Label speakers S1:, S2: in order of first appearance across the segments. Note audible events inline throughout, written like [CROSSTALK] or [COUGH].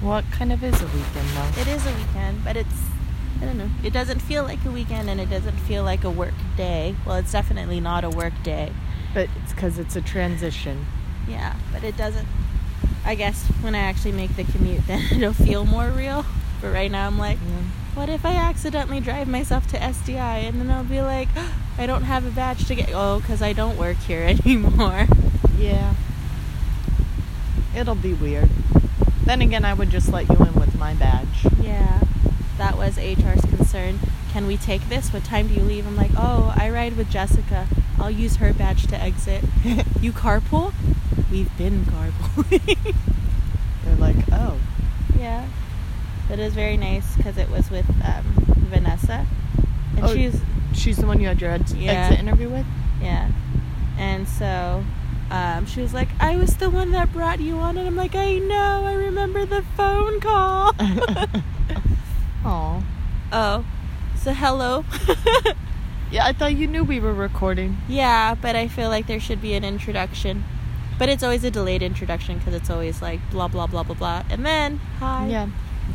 S1: What kind of is a weekend though?
S2: It is a weekend, but it's I don't know. It doesn't feel like a weekend and it doesn't feel like a work day. Well, it's definitely not a work day.
S1: But it's because it's a transition.
S2: Yeah, but it doesn't I guess when I actually make the commute [LAUGHS] then it'll feel more real. But right now I'm like, what if I accidentally drive myself to SDI and then I'll be like, [GASPS] I don't have a badge to get oh cuz I don't work here [LAUGHS] anymore.
S1: Yeah. It'll be weird. Then again, I would just let you in with my badge.
S2: Yeah, that was HR's concern. Can we take this? What time do you leave? I'm like, oh, I ride with Jessica. I'll use her badge to [LAUGHS] exit. you carpool? We've been carpooling. [LAUGHS]
S1: They're like, oh,
S2: yeah, but it was very nice because it was with um, Vanessa, and
S1: Oh.
S2: she's
S1: she's the one you had your ex-
S2: Yeah.
S1: exit
S2: [LAUGHS]
S1: interview with? [LAUGHS]
S2: yeah, and so um, she was like, I was the one that brought you on, and I'm like, I know, I remember the phone [LAUGHS] call.
S1: Aw.
S2: oh, so hello. [LAUGHS]
S1: Yeah, I thought you knew we were recording.
S2: Yeah, but I feel like there should be an introduction. But it's always a delayed introduction because it's always like blah blah blah blah blah, and then hi.
S1: Yeah.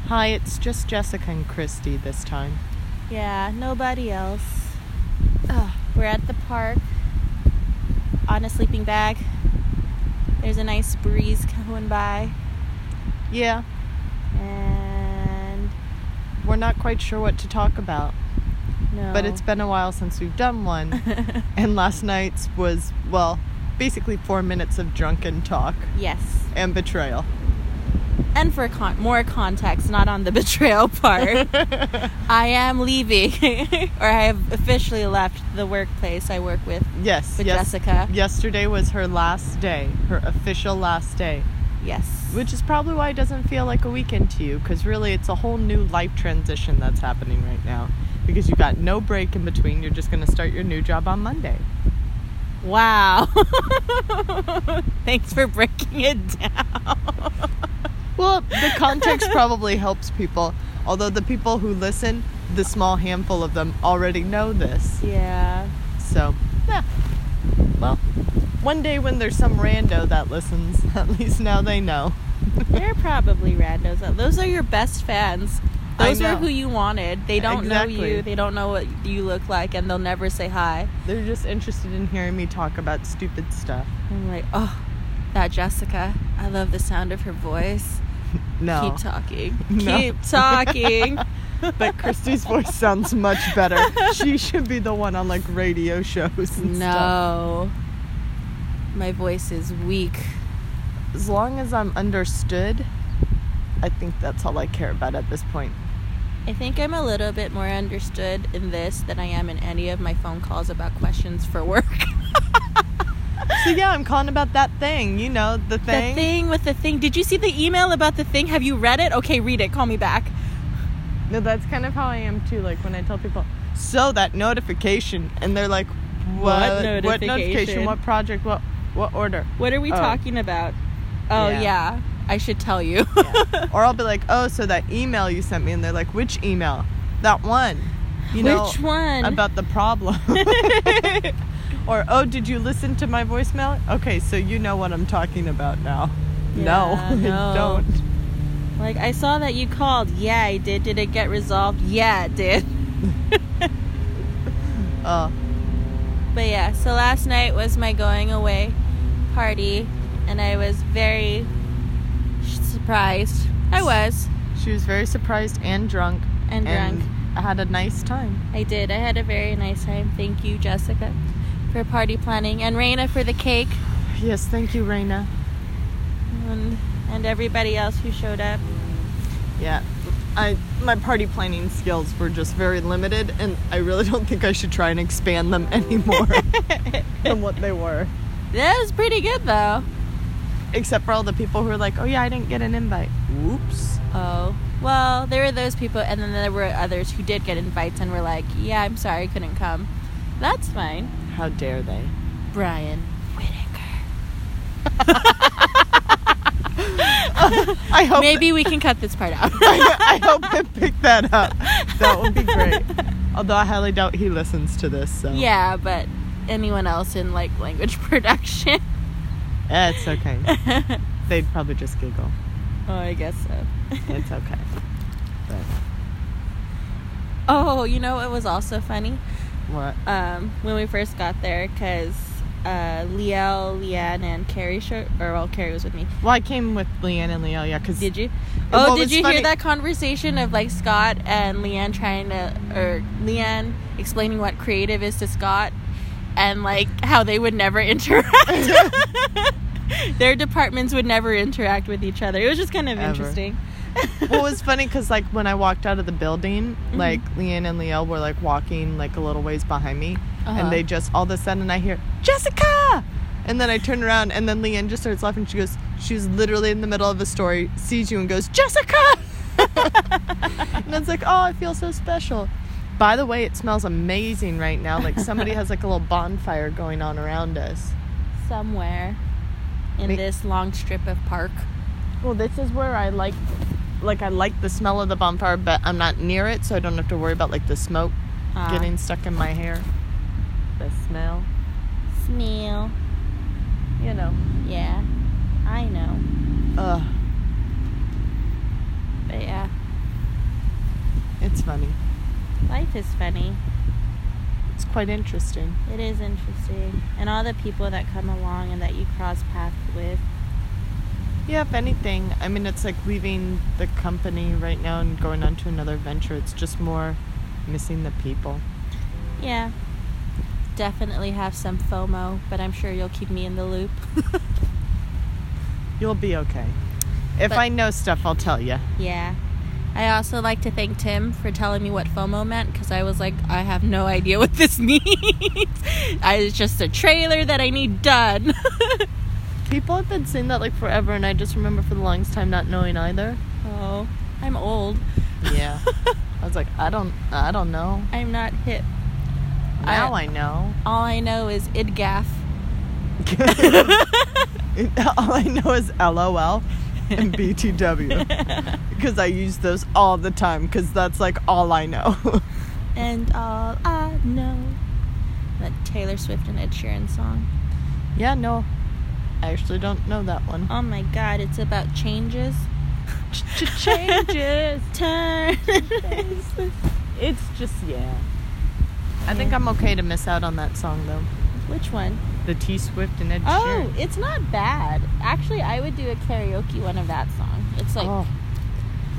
S1: Hi, it's just Jessica and Christy this time.
S2: Yeah, nobody else. We're at the park on a sleeping bag. There's a nice breeze going by,
S1: Yeah,
S2: and
S1: we're not quite sure what to talk about,
S2: no.
S1: but it's been a while since we've done one. and last night's was, well, basically four minutes of drunken talk
S2: [LAUGHS] yes,
S1: and betrayal.
S2: and for con- more context, not on the [LAUGHS] betrayal part. I am leaving, [LAUGHS] or I have officially left the workplace I work with
S1: [LAUGHS] Yes,
S2: with
S1: yes.
S2: Jessica.
S1: Yesterday was her last day, her official last day,
S2: Yes.
S1: which is probably why it doesn't feel like a weekend to you, because really it's a whole new life transition that's happening right now. Because you got no break in between, you're just going to start your new job on Monday.
S2: Wow. Thanks for breaking it down.
S1: Well, the
S2: [LAUGHS]
S1: context probably helps people, although the people who listen, the small handful of them already know this.
S2: Yeah.
S1: So, yeah. Well, one day when there's some rando that listens, [LAUGHS] at least now they know.
S2: They're probably randos. Those are your best fans.
S1: I
S2: Those are
S1: know.
S2: who you wanted. They don't know
S1: Exactly.
S2: you. They don't know what you look like and they'll never say hi.
S1: They're just interested in hearing me talk about stupid stuff.
S2: I'm like, "Oh, that Jessica. I love the sound of her voice. [LAUGHS]
S1: No.
S2: Keep talking.
S1: No.
S2: Keep talking."
S1: but Christy's voice sounds much better. She should be the one on like radio shows and stuff.
S2: no. My voice is weak.
S1: As long as I'm understood, I think that's all I care about at this point.
S2: I think I'm a little bit more understood in this than I am in any of my phone calls about questions for work. [LAUGHS]
S1: So yeah, I'm calling about that thing, you know, the
S2: The
S1: thing.
S2: thing with the thing. Did you see the email about the thing? Have you read it? Okay, read it. Call me back.
S1: No, that's kind of how I am too, like when I tell people, so that notification and they're like, what
S2: What
S1: what
S2: notification?
S1: notification, what project, what
S2: [LAUGHS]
S1: what order?
S2: What are we
S1: Oh.
S2: talking about? Oh, yeah.
S1: Yeah.
S2: I should tell
S1: [LAUGHS]
S2: you.
S1: Or I'll be like, "Oh, so that email you sent me." And they're like, "Which email?" That one. You know,
S2: Which one?
S1: about the problem. [LAUGHS] or, "Oh, did you listen to my voicemail?" Okay, so you know what I'm talking about now.
S2: Yeah,
S1: no, [LAUGHS]
S2: no.
S1: I
S2: [LAUGHS]
S1: don't.
S2: like, I saw that you called. Yeah, I did. Did it get resolved? Yeah, it did.
S1: Uh,
S2: But yeah, so last night was my going away party, and I was very sh- surprised. I was.
S1: she was very surprised and drunk.
S2: And drunk.
S1: I had a nice time.
S2: I did. I had a very nice time. Thank you, Jessica, for party planning, and Raina for the cake,
S1: Yes, thank you, Raina.
S2: and, and everybody else who showed up. [LAUGHS]
S1: Yeah. I my party planning skills were just very limited and I really don't think I should try and expand them [LAUGHS] anymore than what they were.
S2: That was pretty good, though.
S1: Except for all the people who were like, "Oh yeah, I didn't get an invite." Oops.
S2: Oh. Well, there were those people, and then there were others who did get invites and were like, yeah, I'm sorry, I couldn't come. That's fine.
S1: How dare they? [LAUGHS]
S2: [LAUGHS] Brian Whitaker.
S1: I hope
S2: Maybe we can cut this part out.
S1: [LAUGHS] I hope they pick that up. [LAUGHS] That would be great.
S2: [LAUGHS]
S1: Although I highly doubt he listens to this. So
S2: Yeah, but anyone else in like language [LAUGHS] production.
S1: Eh, it's okay. They'd probably just giggle.
S2: Oh, I guess so. [LAUGHS]
S1: It's okay. But
S2: oh, you know it was also funny
S1: what?
S2: um, when we first got there because uh, Liel, Leanne, and Carrie showed, or well, Carrie was with me.
S1: Well, I came with Leanne and Leo, yeah, because
S2: Did you?
S1: Well,
S2: Oh,
S1: it
S2: did
S1: was
S2: you
S1: funny-
S2: hear that conversation of like Scott and Leanne trying to, or Leanne explaining what creative is to Scott and like how they would never [LAUGHS]
S1: [LAUGHS]
S2: interact? Their departments would never interact with each other. It was just kind of
S1: Ever.
S2: interesting.
S1: well, it was funny because like when I walked out of the building, like Leanne and Leo were like walking like a little ways behind me,
S2: Uh-huh.
S1: [LAUGHS] and they just all of a sudden I hear Jessica, and then I turn around and then Leanne just starts laughing. She goes, she's literally in the middle of a story, sees you and goes Jessica, [LAUGHS] and it's like oh I feel so special. By the way, it smells amazing right now. Like somebody has like a little bonfire going on around us.
S2: Somewhere in
S1: Me-
S2: this long strip of park.
S1: Well, this is where I like, like I like the smell of the bonfire, but I'm not near it, so I don't have to worry about like the smoke
S2: Ah.
S1: getting stuck in my hair. The smell,
S2: Smell.
S1: you know.
S2: Yeah, I know.
S1: Ugh,
S2: But yeah,
S1: it's funny.
S2: life is funny.
S1: It's quite interesting.
S2: It is interesting. And all the people that come along and that you cross paths with.
S1: Yeah, if anything, I mean, it's like leaving the company right now and going on to another venture. It's just more missing the people.
S2: Yeah. Definitely have some FOMO, but I'm sure you'll keep me in the loop. [LAUGHS]
S1: You'll be okay. If
S2: But-
S1: I know stuff, I'll tell you.
S2: yeah. I also like to thank Tim for telling me what FOMO meant because I was like, I have no idea what this [LAUGHS] means. I, it's just a trailer that I need done. [LAUGHS]
S1: People have been saying that like forever, and I just remember for the longest time not knowing either.
S2: oh, I'm old.
S1: Yeah. I was like, I don't, I don't know.
S2: [LAUGHS] I'm not hip.
S1: Now I, [LAUGHS] know.
S2: All I know is [LAUGHS] idgaff.
S1: All I know is LOL and BTW because I use those all the time because that's like all I know. [LAUGHS]
S2: And all I know. That Taylor Swift and Ed Sheeran song.
S1: yeah, no, I actually don't know that [LAUGHS] one.
S2: Oh my god, it's about
S1: [LAUGHS]
S2: changes.
S1: Changes. [LAUGHS]
S2: Turn.
S1: It's just yeah. I think
S2: Yeah.
S1: I'm okay to miss out on that song though.
S2: Which one?
S1: The T Swift and Ed
S2: Oh,
S1: Sheeran.
S2: it's not bad. Actually, I would do a karaoke one of that song. It's like,
S1: Oh.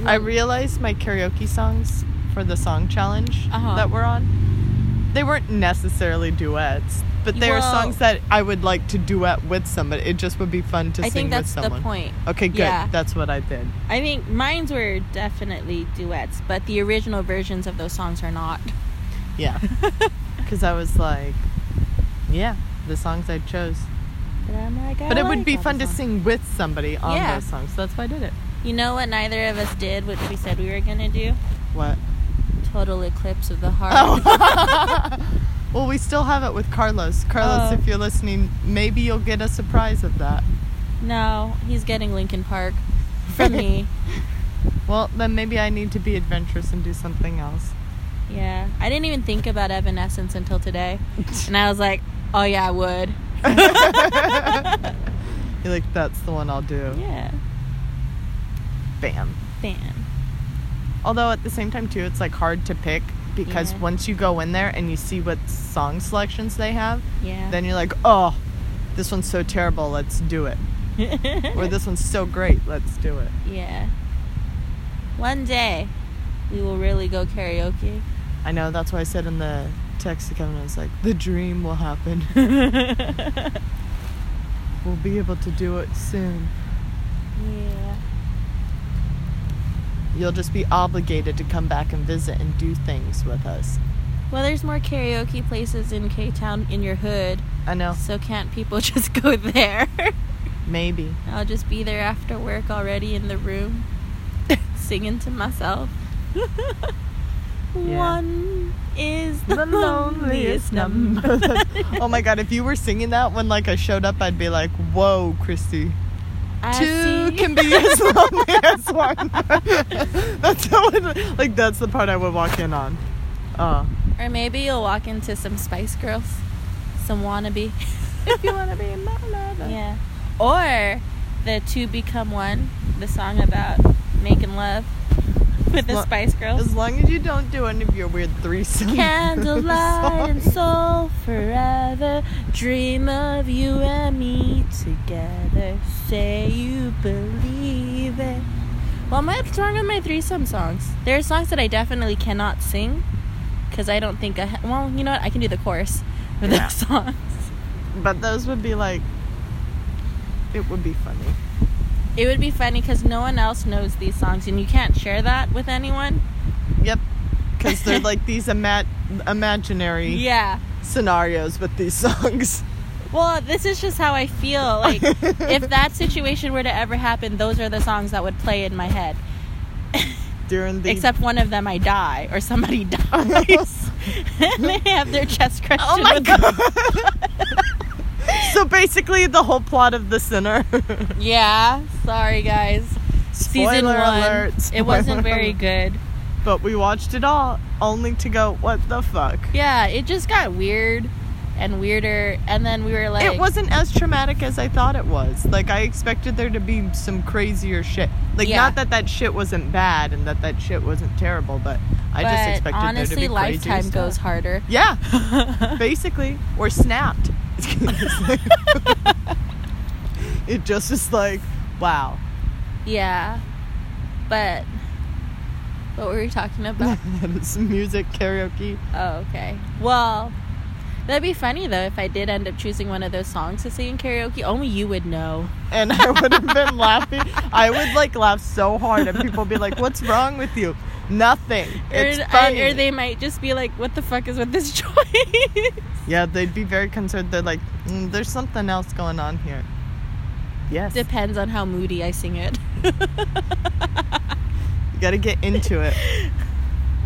S1: I realized my karaoke songs for the song challenge
S2: Uh-huh.
S1: that we're on. They weren't necessarily duets, but they were
S2: Well-
S1: songs that I would like to duet with somebody. It just would be fun to
S2: I
S1: sing
S2: think that's
S1: with
S2: the
S1: someone.
S2: point.
S1: Okay, good.
S2: Yeah.
S1: That's what I did.
S2: I think mine's were definitely duets, but the original versions of those songs are not. [LAUGHS]
S1: Yeah. Cuz I was like, yeah, the songs I chose.
S2: But I'm like, I
S1: But it
S2: like
S1: would be
S2: all
S1: fun
S2: the
S1: to
S2: songs.
S1: sing with somebody on
S2: Yeah.
S1: those songs. So that's why I did it.
S2: You know what neither of us did, which we said we were gonna do?
S1: What?
S2: Total Eclipse of the Heart.
S1: Oh.
S2: [LAUGHS]
S1: [LAUGHS] well, we still have it with Carlos. Carlos,
S2: Oh.
S1: if you're listening, maybe you'll get a surprise of that.
S2: No, he's getting Lincoln Park from me.
S1: Well, then maybe I need to be adventurous and do something else. [LAUGHS]
S2: Yeah. I didn't even think about Evanescence until today. And I was like, oh yeah, I would.
S1: You're like, that's the one I'll do.
S2: Yeah.
S1: Bam.
S2: Fan.
S1: Although at the same time, too, it's like hard to pick because
S2: Yeah.
S1: once you go in there and you see what song selections they have,
S2: Yeah.
S1: then you're like, oh, this one's so terrible, let's do
S2: [LAUGHS]
S1: it. or this one's so great, let's do it.
S2: Yeah. One day we will really go karaoke.
S1: I know, that's why I said in the text to Kevin, I was like, the dream will happen. [LAUGHS] we'll be able to do it soon.
S2: Yeah.
S1: You'll just be obligated to come back and visit and do things with us.
S2: Well, there's more karaoke places in K Town in your hood,
S1: I know,
S2: so can't people [LAUGHS] just go there?
S1: maybe.
S2: I'll just be there after work already in the room, [LAUGHS] singing to [LAUGHS] myself. One is the,
S1: [LAUGHS]
S2: loneliest number. [LAUGHS]
S1: oh my god, if you were singing that when like I showed up, I'd be like, "Whoa, Christy,
S2: I [LAUGHS]
S1: two
S2: see.
S1: can be as lonely as one." [LAUGHS] that's how it, like that's the part I would walk in on. Uh,
S2: Or maybe you'll walk into some Spice Girls, [LAUGHS] some wannabe.
S1: uh, if you wanna be my lover.
S2: Yeah. Or the two become one, the song about making love with the
S1: Well,
S2: Spice Girls.
S1: As long as you don't do any of your weird threesome [LAUGHS]
S2: Candlelight and
S1: songs.
S2: soul forever. Dream of you and me together. Say you believe it. Well, my what's wrong with my threesome songs? There are songs that I definitely cannot sing because I don't think I. Ha- well, you know what? I can do the chorus for
S1: Yeah.
S2: those songs.
S1: But those would be like, it would be funny.
S2: It would be funny because no one else knows these songs, and you can't share that with anyone.
S1: Yep. Because they're like these ima- imaginary
S2: Yeah.
S1: scenarios with these songs.
S2: Well, this is just how I feel. Like,
S1: [LAUGHS]
S2: if that situation were to ever happen, those are the songs that would play in my head.
S1: During the. [LAUGHS]
S2: Except [LAUGHS] one of them, I die or somebody [LAUGHS] dies, and they have their chest crushed.
S1: Oh
S2: in
S1: my
S2: with a-
S1: god! [LAUGHS] so basically, the whole plot of The Sinner. [LAUGHS]
S2: Yeah, sorry guys. Season
S1: Spoiler
S2: one,
S1: alert,
S2: it wasn't
S1: spoiler
S2: very
S1: alert.
S2: good.
S1: But we watched it all, only to go, what the fuck?
S2: Yeah, it just got weird and weirder, and then we were like,
S1: it wasn't as traumatic as I thought it was. Like I expected there to be some crazier shit. Like
S2: Yeah.
S1: not that that shit wasn't bad and that that shit wasn't terrible, but I
S2: but
S1: just expected
S2: honestly,
S1: there to be crazier
S2: lifetime
S1: stuff.
S2: goes harder.
S1: [LAUGHS] Yeah, basically, or [LAUGHS] snapped. it just is like, wow.
S2: yeah, but what were we talking [LAUGHS] about?
S1: it's music karaoke.
S2: Oh, okay. Well, that'd be funny though if I did end up choosing one of those songs to sing in karaoke. Only you would know.
S1: and I would have been laughing. I would like laugh so hard, and people would be like, "What's wrong with you?" Nothing. It's
S2: or,
S1: funny.
S2: or they might just be like, "What the fuck is with this [LAUGHS] choice?"
S1: yeah, they'd be very concerned. They're like, mm, "There's something else going on here." Yes,
S2: Depends on how moody I sing [LAUGHS] it.
S1: you got to get into it.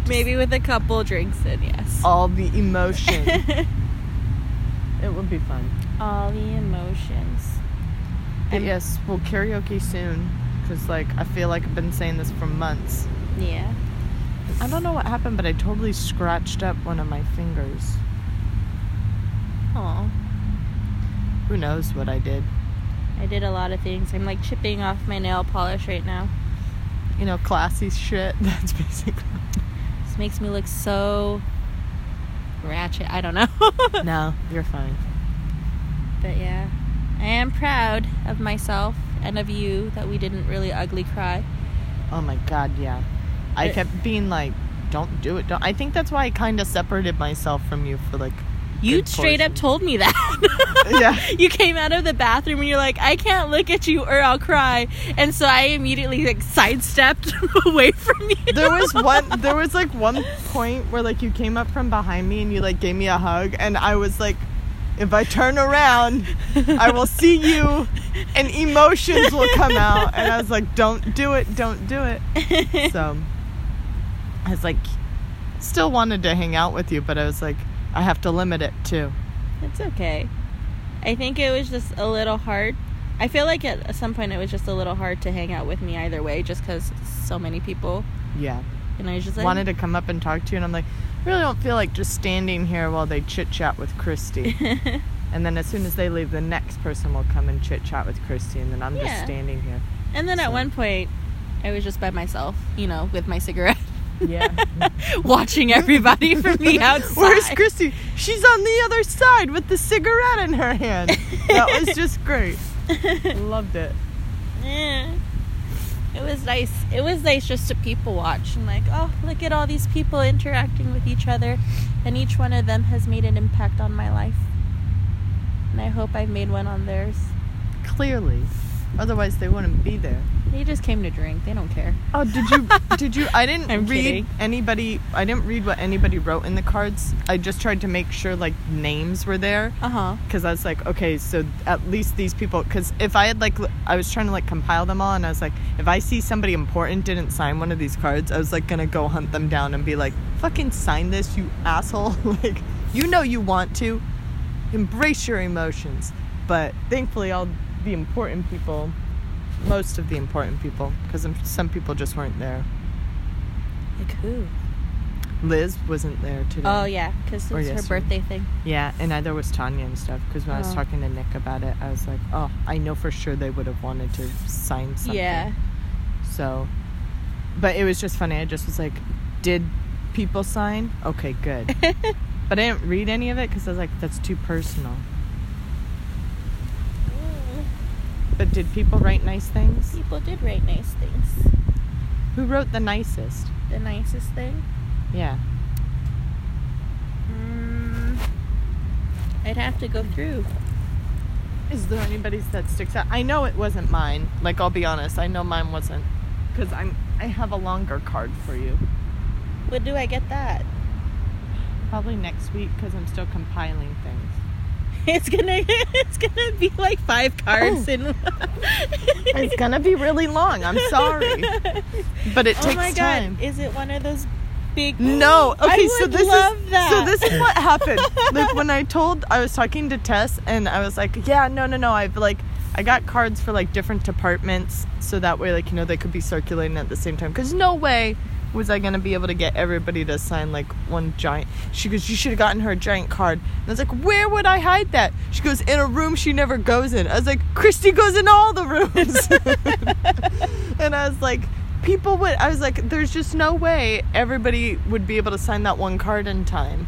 S2: Maybe with a couple drinks and yes. [LAUGHS]
S1: All the emotion. [LAUGHS] it would be fun.
S2: All the emotions.
S1: But
S2: I'm-
S1: yes, we'll karaoke soon. Cause like I feel like I've been saying this for months.
S2: Yeah.
S1: I don't know what happened, but I totally scratched up one of my fingers.
S2: Oh,
S1: Who knows what I did?
S2: I did a lot of things. I'm like chipping off my nail polish right now.
S1: You know, classy shit. [LAUGHS] That's basically.
S2: This makes me look so ratchet. I don't know. [LAUGHS]
S1: no, you're fine.
S2: But yeah, I am proud of myself and of you that we didn't really ugly cry.
S1: Oh my god, yeah. I
S2: It-
S1: kept being like, "Don't do it." Don't. I think that's why I kind of separated myself from you for [LAUGHS] like.
S2: You
S1: good
S2: straight up
S1: portion.
S2: told me that. [LAUGHS]
S1: Yeah.
S2: You came out of the bathroom and you're like, I can't look at you or I'll cry. And so I immediately like sidestepped [LAUGHS] away from you.
S1: There was one. There was like one point where like you came up from behind me and you like gave me a hug and I was like, "If I turn around, I
S2: [LAUGHS]
S1: will see you, and emotions will come out." And I was like, "Don't do it! Don't do it!" So I was like, still wanted to hang out with you, but I was like, I have to limit it too.
S2: It's okay. I think it was just a little hard. I feel like at some point it was just a little hard to hang out with me either way, just because so many people.
S1: Yeah.
S2: And I was just like,
S1: wanted to come up and talk to you, and I'm like, I really don't feel like just standing here while they chit chat with Christy.
S2: [LAUGHS]
S1: and then as soon as they leave, the next person will come and chit chat with Christy, and then I'm just
S2: Yeah.
S1: standing
S2: [LAUGHS]
S1: here.
S2: And then
S1: So-
S2: at one point, I was just by myself, you know, with my cigarette,
S1: Yeah.
S2: Mm-hmm. [LAUGHS] watching everybody from [LAUGHS] the outside.
S1: [LAUGHS] Where's Christy? She's on the other side with the cigarette in her hand.
S2: [LAUGHS]
S1: that was just great. [LAUGHS] Loved it.
S2: Eh. It was nice. It was nice just to people watch and like, oh, look at all these people interacting with each other, and each one of them has made an impact on my life. And I hope I've made one on theirs.
S1: Clearly. Otherwise, they wouldn't be there.
S2: They just came to drink. They don't care.
S1: Oh, did you? [LAUGHS] did you? I [LAUGHS] didn't
S2: I'm
S1: read
S2: kidding.
S1: anybody. I didn't read what anybody wrote in the cards. I just tried to make sure like names were there.
S2: Uh huh.
S1: because I was like, okay, so at least these people. Because if I had like, l- I was trying to like compile them all, and I was like, if I see somebody important didn't sign one of these cards, I was like gonna go hunt them down and be like, fucking sign this, you asshole! [LAUGHS] like, you know you want to embrace your emotions, but thankfully, all the important people, most of the important people, because some people just weren't there.
S2: Like who?
S1: Liz wasn't there today.
S2: Oh yeah, because
S1: Or
S2: it's her
S1: yesterday.
S2: birthday thing.
S1: Yeah, and neither was Tanya and stuff. Because when I was
S2: Oh.
S1: talking to Nick about it, I was like, "Oh, I know for sure they would have wanted to sign something." [LAUGHS]
S2: Yeah.
S1: So, but it was just funny. I just was like, "Did people sign? Okay, [LAUGHS] good." but I didn't read any of it because I was like, "That's too personal." But did people write nice things?
S2: People did write nice things.
S1: Who wrote the nicest?
S2: The nicest thing.
S1: Yeah.
S2: Mm, I'd have to go through.
S1: Is there anybody's that sticks out? I know it wasn't mine. Like I'll be honest, I know mine wasn't, because I'm I have a longer card for you.
S2: When do I get that?
S1: Probably next week because I'm still compiling things.
S2: [LAUGHS] It's gonna it's gonna be like five cards
S1: [LAUGHS]
S2: in
S1: It's gonna be really long. Oh. I'm sorry, [LAUGHS] but
S2: [LAUGHS]
S1: it
S2: oh
S1: takes
S2: my god.
S1: time.
S2: Is it one of those big
S1: No.
S2: I
S1: Okay, so
S2: would
S1: this
S2: love
S1: is
S2: that.
S1: so this is what happened. like when I told I was talking to Tess and I was like, "Yeah, no, no, no. I've like I got cards for like different departments so that way like you know they could be circulating at the same time cuz no way was I going to be able to get everybody to sign like one giant. She goes, "You should have gotten her a giant card." And I was like, "Where would I hide that?" She goes, "In a room she never goes in." I was like, "Christy goes in all the rooms." and I was like, people would. I was like, there's just no way everybody would be able to sign that one card in time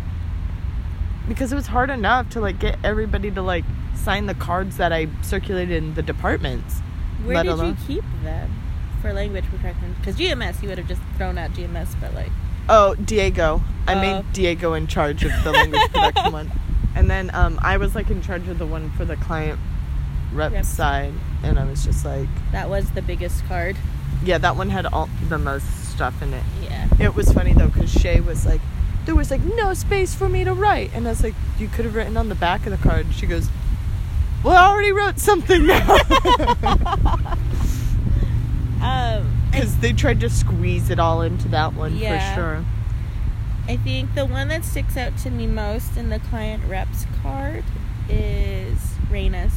S1: because it was hard enough to like get everybody to like sign the cards that I circulated in the departments.
S2: Where
S1: let
S2: did
S1: alone-
S2: you keep them for language protection? Because GMS, you would have just thrown out GMS, but like
S1: Oh, Diego. I
S2: Oh.
S1: made Diego in charge of the language production one. And then um, I was like in charge of the one for the client rep,
S2: Rep.
S1: side. And I was just like,
S2: that was the biggest card.
S1: yeah, that one had all the most stuff in it.
S2: Yeah.
S1: It was funny though because Shay was like, there was like no space for me to write, and I was like, you could have written on the back of the card. And she goes, well, I already wrote
S2: [LAUGHS]
S1: something now [LAUGHS]
S2: Um, I,
S1: because they tried to squeeze it all into that one
S2: Yeah.
S1: for sure.
S2: I think the one that sticks out to me most in the client reps card is Raina's.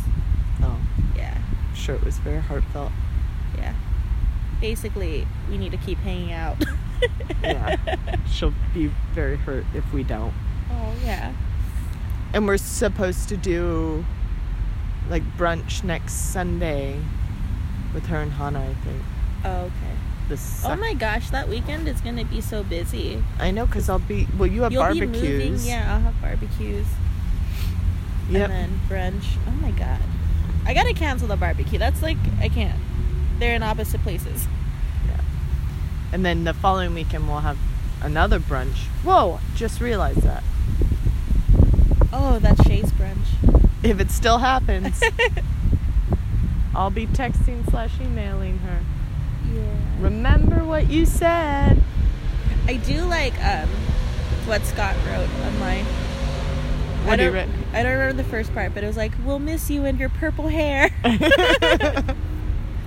S1: Oh,
S2: Yeah.
S1: I'm sure, it was very heartfelt.
S2: Yeah. Basically, we need to keep hanging out. [LAUGHS]
S1: Yeah, she'll be very hurt if we don't.
S2: Oh yeah.
S1: And we're supposed to do like brunch next Sunday with her and Hannah, I think.
S2: Oh, okay.
S1: This
S2: Oh
S1: sec-
S2: my gosh, that weekend is gonna be so busy.
S1: I know because I'll be well. You have
S2: You'll
S1: barbecues.
S2: be moving. Yeah, I'll have barbecues
S1: Yep.
S2: and then brunch. Oh my god, I gotta cancel the barbecue. That's like I can't. They're in opposite places.
S1: And then the following weekend we'll have another brunch. Whoa, just realized that.
S2: Oh, that's Shay's
S1: [LAUGHS]
S2: brunch.
S1: If it
S2: [LAUGHS]
S1: still happens, I'll be texting slash emailing her.
S2: yeah.
S1: Remember what you said.
S2: I do like um, what Scott wrote online. I
S1: What do you
S2: don't,
S1: writ-
S2: I don't remember the first part, but it was like, "We'll miss you and your purple hair." [LAUGHS]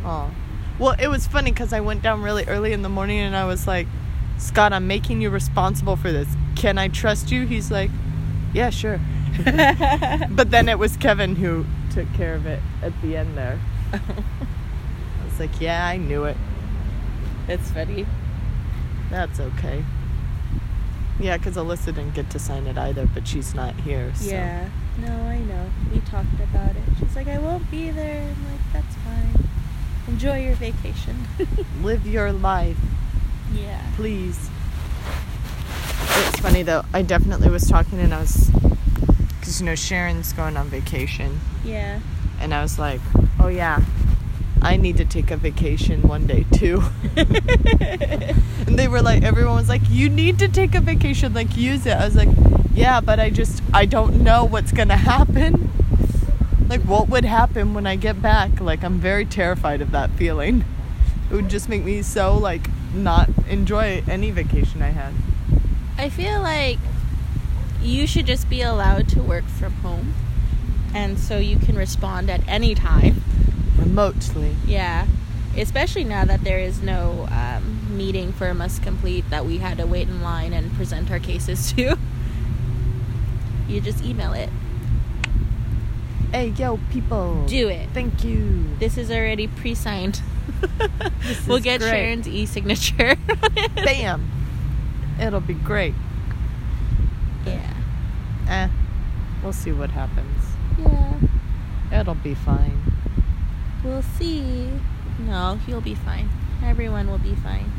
S1: Oh. Well, it was funny because I went down really early in the morning and I was like, Scott, I'm making you responsible for this. Can I trust you? He's like, Yeah, sure. But then it was Kevin who took care of it at the end there. I was like, Yeah, I knew it.
S2: [LAUGHS] That's funny.
S1: That's okay. Yeah, because Alyssa didn't get to sign it either, but she's not here. So.
S2: Yeah. No, I know. We talked about it. She's like, I won't be there. I'm like, that's fine. Enjoy your vacation. [LAUGHS]
S1: Live your life,
S2: yeah.
S1: please. It's funny though. I definitely was talking and I was, because you know Sharon's going on vacation,
S2: Yeah.
S1: and I was like, oh yeah, I need to take a vacation one day too. [LAUGHS] and they were like, everyone was like, you need to take a vacation, like use it. I was like, yeah, but I just I don't know what's gonna happen. Like what would happen when I get back? Like I'm very terrified of that feeling. It would just make me so like not enjoy any vacation I had.
S2: [LAUGHS] I feel like you should just be allowed to work from home. And so you can respond at any time.
S1: Remotely.
S2: Yeah. Especially now that there is no um, meeting for a must complete that we had to wait in line and present our cases to. [LAUGHS] You just email it.
S1: Hey yo people.
S2: Do it.
S1: Thank you.
S2: This is already pre-signed.
S1: This
S2: we'll
S1: is
S2: get [LAUGHS]
S1: great.
S2: Sharon's e-signature.
S1: Bam. It'll be great. it.
S2: Yeah.
S1: Eh. We'll see what happens.
S2: Yeah.
S1: It'll be fine.
S2: We'll see. No, you'll be fine. Everyone will be fine.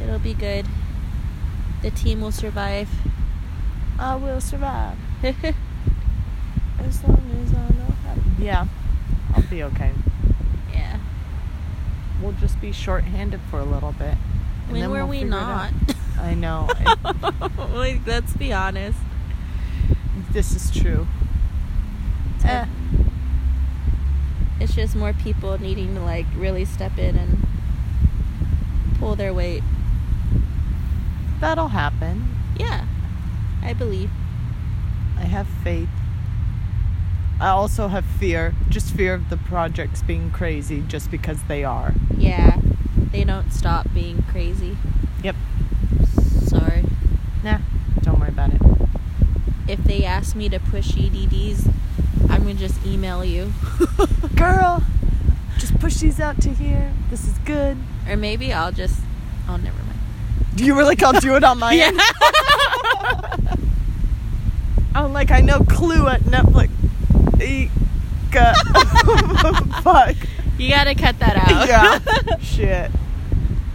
S2: It'll be good. The team will survive.
S1: I will survive
S2: yeah.
S1: as long as I know how.
S2: [LAUGHS]
S1: Yeah, I'll be okay. We'll just be short-handed for a little bit. and
S2: when
S1: then
S2: were
S1: we'll
S2: we
S1: figure it out.
S2: not? [LAUGHS]
S1: I know.
S2: like, let's be honest.
S1: This is true. Eh.
S2: It's just more people needing to like really step in and pull their weight.
S1: That'll happen.
S2: Yeah. I believe.
S1: I have faith. I also have fear, just fear of the projects being crazy just because they are.
S2: Yeah. They don't stop being crazy.
S1: Yep.
S2: Sorry.
S1: Nah, don't worry about it.
S2: if they ask me to push EDDs, I'm gonna just email
S1: [LAUGHS]
S2: you.
S1: Girl, just push these out to here. This is good.
S2: or maybe I'll just. Oh, never mind.
S1: You really can't do it
S2: [LAUGHS]
S1: on my end? I'm like, I know Clue at Netflix. Eek. [LAUGHS] uh, Fuck.
S2: you gotta cut that out. [LAUGHS]
S1: Yeah. Shit.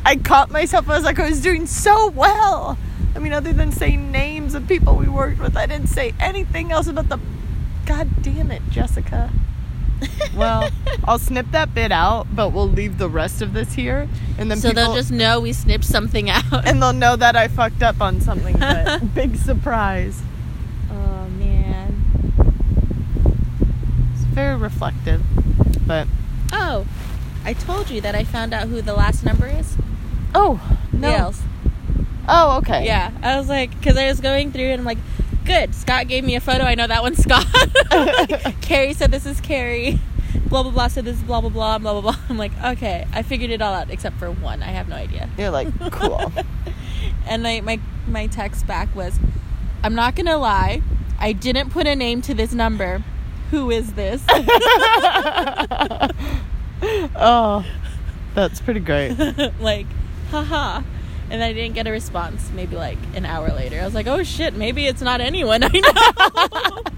S1: I caught myself. I was like, I was doing so well. I mean, other than saying names of people we worked with, I didn't say anything else about the. God damn it, Jessica.
S2: [LAUGHS]
S1: Well, I'll snip that bit out, but we'll leave the rest of this here, and then
S2: so
S1: people
S2: they'll just know we snipped something out.
S1: and they'll know that I fucked up on something. But big surprise.
S2: [LAUGHS] oh man.
S1: It's very reflective, but
S2: Oh, I told you that I found out who the last number is.
S1: oh no.
S2: Yale's.
S1: Oh okay.
S2: Yeah. I was like, because I was going through and I'm like, good. Scott gave me a photo. I know that one's [LAUGHS] Scott. Like, [LAUGHS] Carrie said this is Carrie. Blah blah blah. said this is blah blah blah. Blah blah blah. I'm like, okay. I figured it all out except for one. I have no idea.
S1: You're like
S2: [LAUGHS]
S1: cool.
S2: and I, my my text back was, I'm not gonna lie, I didn't put a name to this number. Who is this?
S1: [LAUGHS] oh, that's pretty great.
S2: [LAUGHS] like, haha. And I didn't get a response. Maybe like an hour later, I was like, oh shit, maybe it's not anyone I know. [LAUGHS]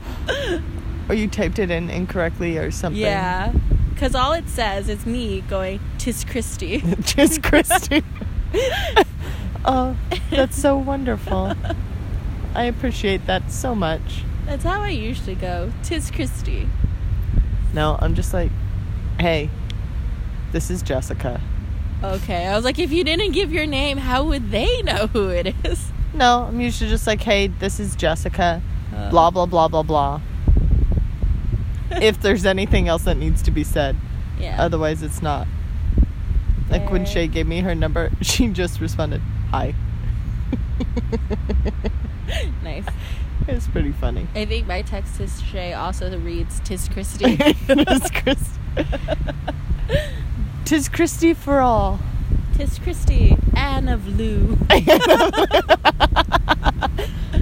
S1: Or Oh, you typed it in incorrectly or something.
S2: yeah, because all it says is me going tis Christy.
S1: [LAUGHS]
S2: [LAUGHS]
S1: Just Christy. oh, that's so wonderful. I appreciate that so much.
S2: That's how I usually go. Tis Christy.
S1: No, I'm just like, hey, this is Jessica.
S2: Okay, I was like, if you didn't give your name, how would they know who it is?
S1: No, I'm usually just like, hey, this is Jessica. Blah, blah, blah, blah, blah. if there's anything else that needs to be said.
S2: Yeah.
S1: Otherwise, it's not. Like when
S2: Okay.
S1: Shay gave me her number, [LAUGHS] she just responded, "Hi."
S2: nice.
S1: It's pretty funny.
S2: I think my text to Shay also reads Tis Christy. [LAUGHS]
S1: [LAUGHS] Tis Christy. [LAUGHS] Tis Christy for [LAUGHS] all. Uh,
S2: Tis Christy, Anne of [LAUGHS] Lou.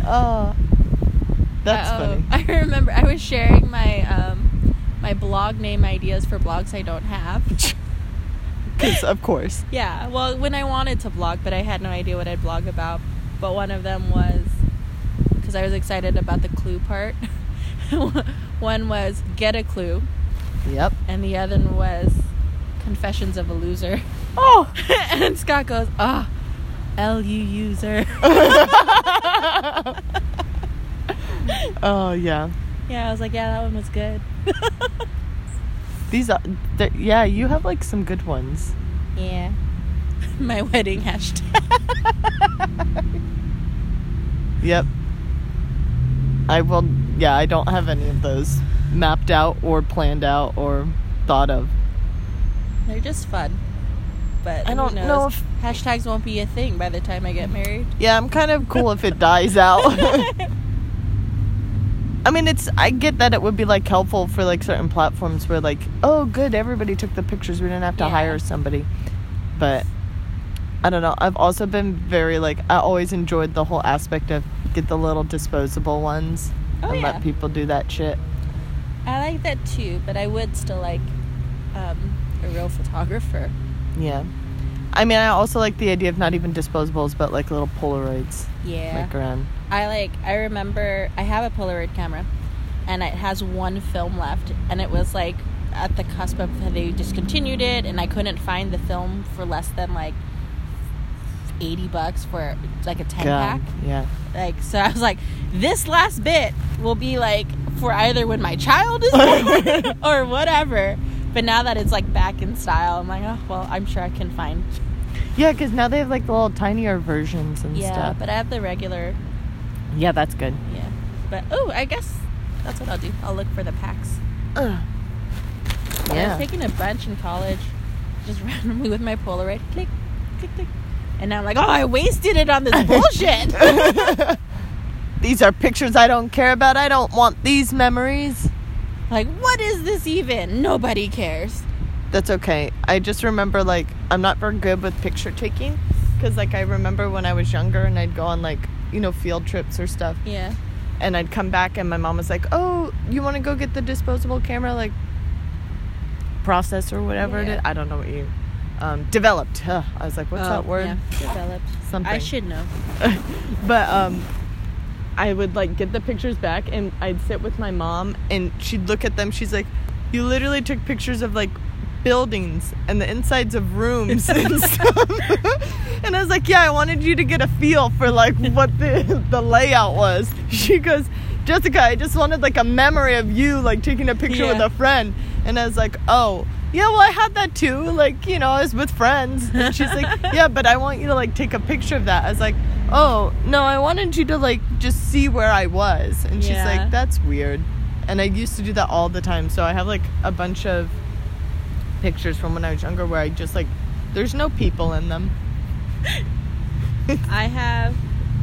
S1: Oh, that's
S2: Uh-oh.
S1: [LAUGHS] funny.
S2: [LAUGHS] I remember I was sharing my um, my blog name ideas for blogs I don't have.
S1: Because of course,
S2: yeah, well, when I wanted to blog, but I had no idea what I'd blog about. But one of them was because I was excited about the clue part. [LAUGHS] one was get a clue,
S1: yep.
S2: and the other was confessions of a loser. [LAUGHS]
S1: Oh,
S2: and Scott goes, ah, L U
S1: [LAUGHS]
S2: user.
S1: [LAUGHS]
S2: [LAUGHS]
S1: oh yeah.
S2: Yeah, I was like, yeah, that one was good. [LAUGHS]
S1: These are, they're- yeah. You have like some good ones.
S2: Yeah. My wedding hashtag.
S1: Yep. I will. Yeah, I don't have any of those mapped out or planned out or thought of.
S2: [LAUGHS] They're just fun. But
S1: I
S2: who
S1: don't
S2: knows?
S1: know if-
S2: hashtags won't be a thing by the time I get married.
S1: Yeah, I'm kind of
S2: [LAUGHS]
S1: cool if it dies out. I mean, it's I get that it would be like helpful for like certain platforms where like, oh, good, everybody took the pictures. We didn't have to
S2: Yeah.
S1: hire somebody. But I don't know. I've also been very like I always enjoyed the whole aspect of get the little disposable ones
S2: Oh,
S1: and
S2: yeah.
S1: let people do that shit.
S2: I like that too, but I would still like um, a real photographer.
S1: Yeah. I mean, I also like the idea of not even disposables, but like little Polaroids.
S2: Yeah.
S1: Like around.
S2: I like I remember I have a Polaroid camera and it has one film left and it was like at the cusp of they discontinued it and I couldn't find the film for less than like 80 bucks for like a 10 pack.
S1: Yeah.
S2: Like so I was like this last bit will be like for either when my child is
S1: [LAUGHS]
S2: born or whatever. But now that it's like back in style, I'm like, oh well, I'm sure I can find.
S1: Yeah, because now they have like the little tinier versions and
S2: yeah,
S1: stuff.
S2: but I have the regular
S1: yeah, that's good.
S2: Yeah. But oh, I guess that's what I'll do. I'll look for the packs.
S1: Ugh.
S2: I was
S1: Yeah.
S2: taking a bunch in college, just [LAUGHS] randomly with my Polaroid. Click, click, click. And now I'm like, oh, I wasted it on
S1: [LAUGHS]
S2: this bullshit.
S1: These are pictures I don't care about. I don't want these memories.
S2: like, what is this even? Nobody cares.
S1: That's okay. I just remember like I'm not very good with picture taking because like I remember when I was younger and I'd go on like you know field trips or stuff
S2: Yeah.
S1: and I'd come back and my mom was like, "Oh, you want to go get the disposable camera like process or whatever it
S2: Yeah.
S1: is? I don't know what you um, developed." Huh. I was like, "What's
S2: Oh,
S1: that word?"
S2: yeah, Developed. I
S1: Something.
S2: should know.
S1: But um, I would like get the pictures back and I'd sit with my mom and she'd look at them. She's like, "You literally took pictures of like." buildings and the insides of rooms and stuff [LAUGHS] and i was like yeah i wanted you to get a feel for like what the, the layout was [LAUGHS] she goes jessica i just wanted like a memory of you like taking a picture with
S2: Yeah.
S1: a friend and i was like oh yeah well i had that too like you know i was with friends and she's like yeah but i want you to like take a picture of that i was like oh no i wanted you to like just see where i was and she's
S2: Yeah.
S1: like that's weird and i used to do that all the time so i have like a bunch of pictures from when i was younger where i just like there's no people in them
S2: I have,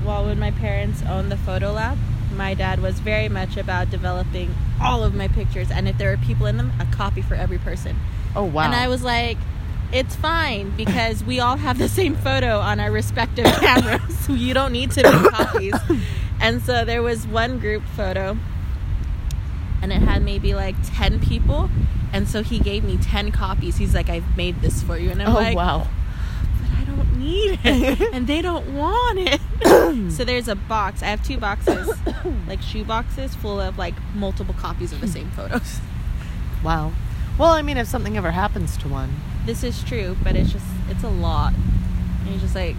S2: well, when my parents owned the photo lab, my dad was very much about developing all of my pictures, and if there were people in them, a copy for every person.
S1: oh wow
S2: And I was like, it's fine because we all have the same photo on our respective [COUGHS] cameras. so [LAUGHS] you don't need to make copies. [COUGHS] And so there was one group photo and it had maybe like 10 people. And so he gave me 10 copies. He's like, I've made this for you. And I'm
S1: oh
S2: like, [LAUGHS]
S1: wow [LAUGHS]
S2: but I don't need it. and they don't want it. [COUGHS] so there's a box. I have two boxes, [COUGHS] like shoe boxes, full of like multiple copies of the same photos. [COUGHS]
S1: wow well i mean if something ever happens to one
S2: this is true, but it's just it's a lot. And you're just like,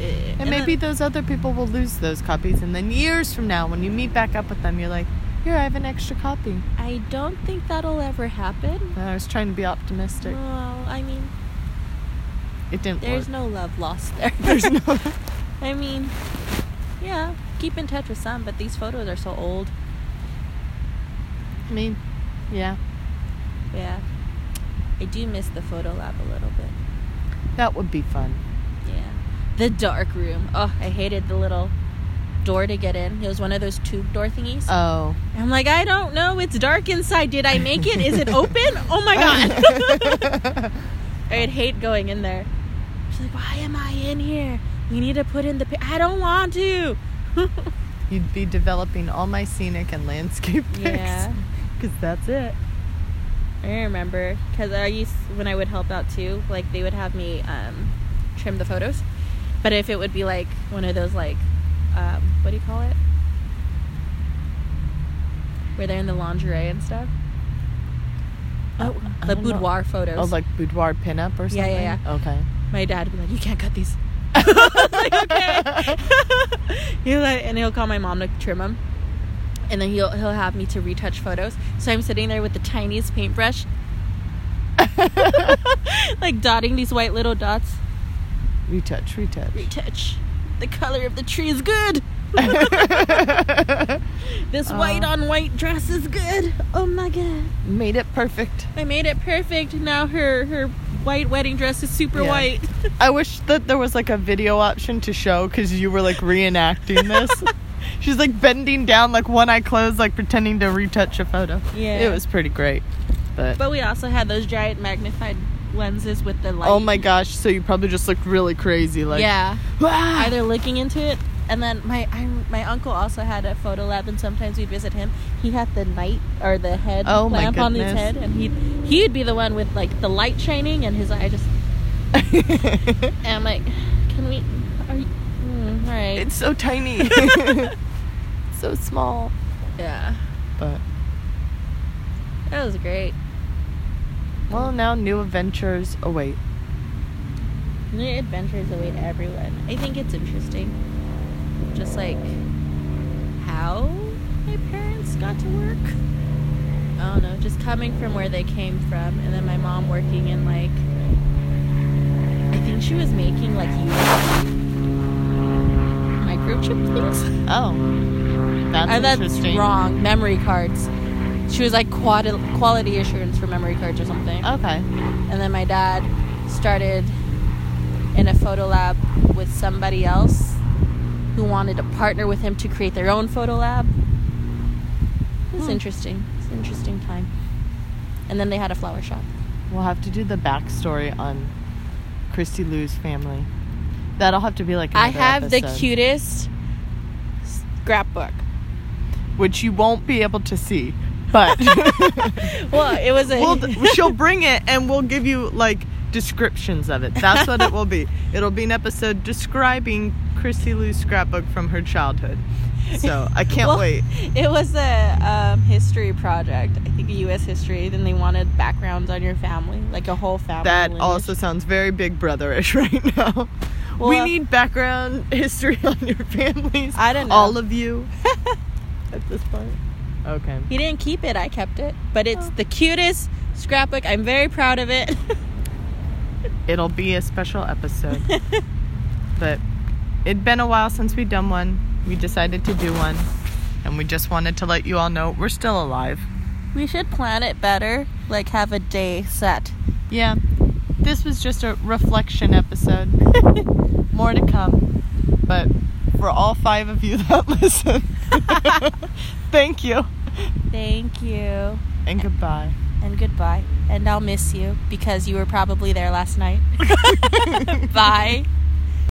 S2: eh.
S1: And, maybe those other people will lose those copies, and then years from now, when you meet back up with them, you're like, "Here, I have an extra copy."
S2: then I don't think that'll ever happen.
S1: And I was trying to be optimistic.
S2: Well, I mean,
S1: It didn't
S2: there's
S1: work.
S2: no love lost [LAUGHS] there.
S1: [LAUGHS] There's no.
S2: I mean, yeah, keep in touch with some, but these photos are so old.
S1: I mean, yeah,
S2: Yeah, I do miss the photo lab a little bit.
S1: that would be fun.
S2: Yeah, the dark room. Oh, I hated the little door to get in. It was one of those tube door thingies.
S1: Oh,
S2: I'm like, I don't know. It's dark inside. Did I make it? Is it open? Oh my
S1: [LAUGHS]
S2: god. [LAUGHS] I'd hate going in there. She's like, why am I in here? We need to put in the. Pi- I don't want to. [LAUGHS]
S1: You'd be developing all my scenic and landscape pics.
S2: Yeah.
S1: Cause that's it.
S2: I remember because I used when I would help out too. Like they would have me um, trim the photos, but if it would be like one of those like, um, what do you call it? Where they're in the lingerie and stuff. Oh,
S1: I
S2: the
S1: don't know.
S2: boudoir photos.
S1: Oh, like boudoir pinup or something.
S2: Yeah, yeah,
S1: Okay.
S2: my dad would be like, "You can't cut these." [LAUGHS] I was like,
S1: [LAUGHS]
S2: "Okay." he like, and he'll call my mom to trim them, and then he'll he'll have me to retouch photos. So I'm sitting there with the tiniest
S1: [LAUGHS]
S2: paintbrush, like dotting these white little dots.
S1: Retouch, retouch.
S2: Retouch. The color of the tree is good. This white on white dress is good. Oh my god!
S1: [LAUGHS] Made it perfect.
S2: I made it perfect. Now her her white wedding dress is super
S1: Yeah.
S2: white.
S1: I wish that there was like a video option to show because you were like
S2: [LAUGHS]
S1: reenacting this. She's like bending down, like one eye closed, like pretending to retouch a photo.
S2: Yeah.
S1: It was pretty great. But,
S2: But we also had those giant magnified lenses with the light.
S1: oh my gosh, so you probably just looked really crazy. Like,
S2: yeah.
S1: [LAUGHS] "Wah!"
S2: [SIGHS] Either looking into it, and then my I, my uncle also had a photo lab, and sometimes we'd visit him. He had the night or the head
S1: Oh my
S2: lamp on his
S1: goodness.
S2: head, and he'd he'd be the one with like the light shining, and his eye just. And I'm like, can we? Are you? mm, Right.
S1: It's so [LAUGHS] tiny. so small.
S2: yeah.
S1: But
S2: That was great.
S1: well, now new adventures await.
S2: New adventures await everyone. I think it's interesting. Just like how my parents got to work. I don't know, just coming from where they came from and then my mom working in like I think she was making like you microchip things.
S1: Oh, that's
S2: Uh, that's
S1: interesting.
S2: wrong. Memory cards. She was like quali- quality assurance for memory cards or something.
S1: Okay.
S2: And then my dad started in a photo lab with somebody else who wanted to partner with him to create their own photo lab. It was
S1: Hmm.
S2: interesting. It's an interesting time. And then they had a flower shop.
S1: We'll have to do the backstory on Christy Lou's family. That'll have to be like
S2: I
S1: another
S2: have the
S1: episode,
S2: cutest scrapbook.
S1: which you won't be able to see, [LAUGHS] but
S2: Well, it was a
S1: we'll,
S2: [LAUGHS]
S1: she'll bring it and we'll give you like descriptions of it. That's what it will be. It'll be an episode describing Christy Lou's scrapbook from her childhood. So I can't
S2: Well,
S1: wait.
S2: It was a um, history project, I think U.S. history. Then they wanted backgrounds on your family, like a whole family.
S1: That
S2: lineage.
S1: also sounds very Big Brotherish [LAUGHS] right now. we
S2: Well-
S1: need background history [LAUGHS] on your families.
S2: I don't know.
S1: All of you. at this point. Okay.
S2: He didn't keep it. I kept it, but it's
S1: Oh.
S2: the cutest scrapbook. I'm very proud of it. [LAUGHS]
S1: It'll be a special
S2: [LAUGHS]
S1: episode. but it'd been a while since we'd done one. We decided to do one. And we just wanted to let you all know we're still alive.
S2: we should plan it better. Like have a day set.
S1: Yeah. This was just a reflection episode. [LAUGHS] More to come. But for all five of you that [LAUGHS] listen, thank you.
S2: Thank you
S1: And goodbye. [LAUGHS]
S2: and goodbye. And I'll miss you because you were probably there last night. [LAUGHS] Bye.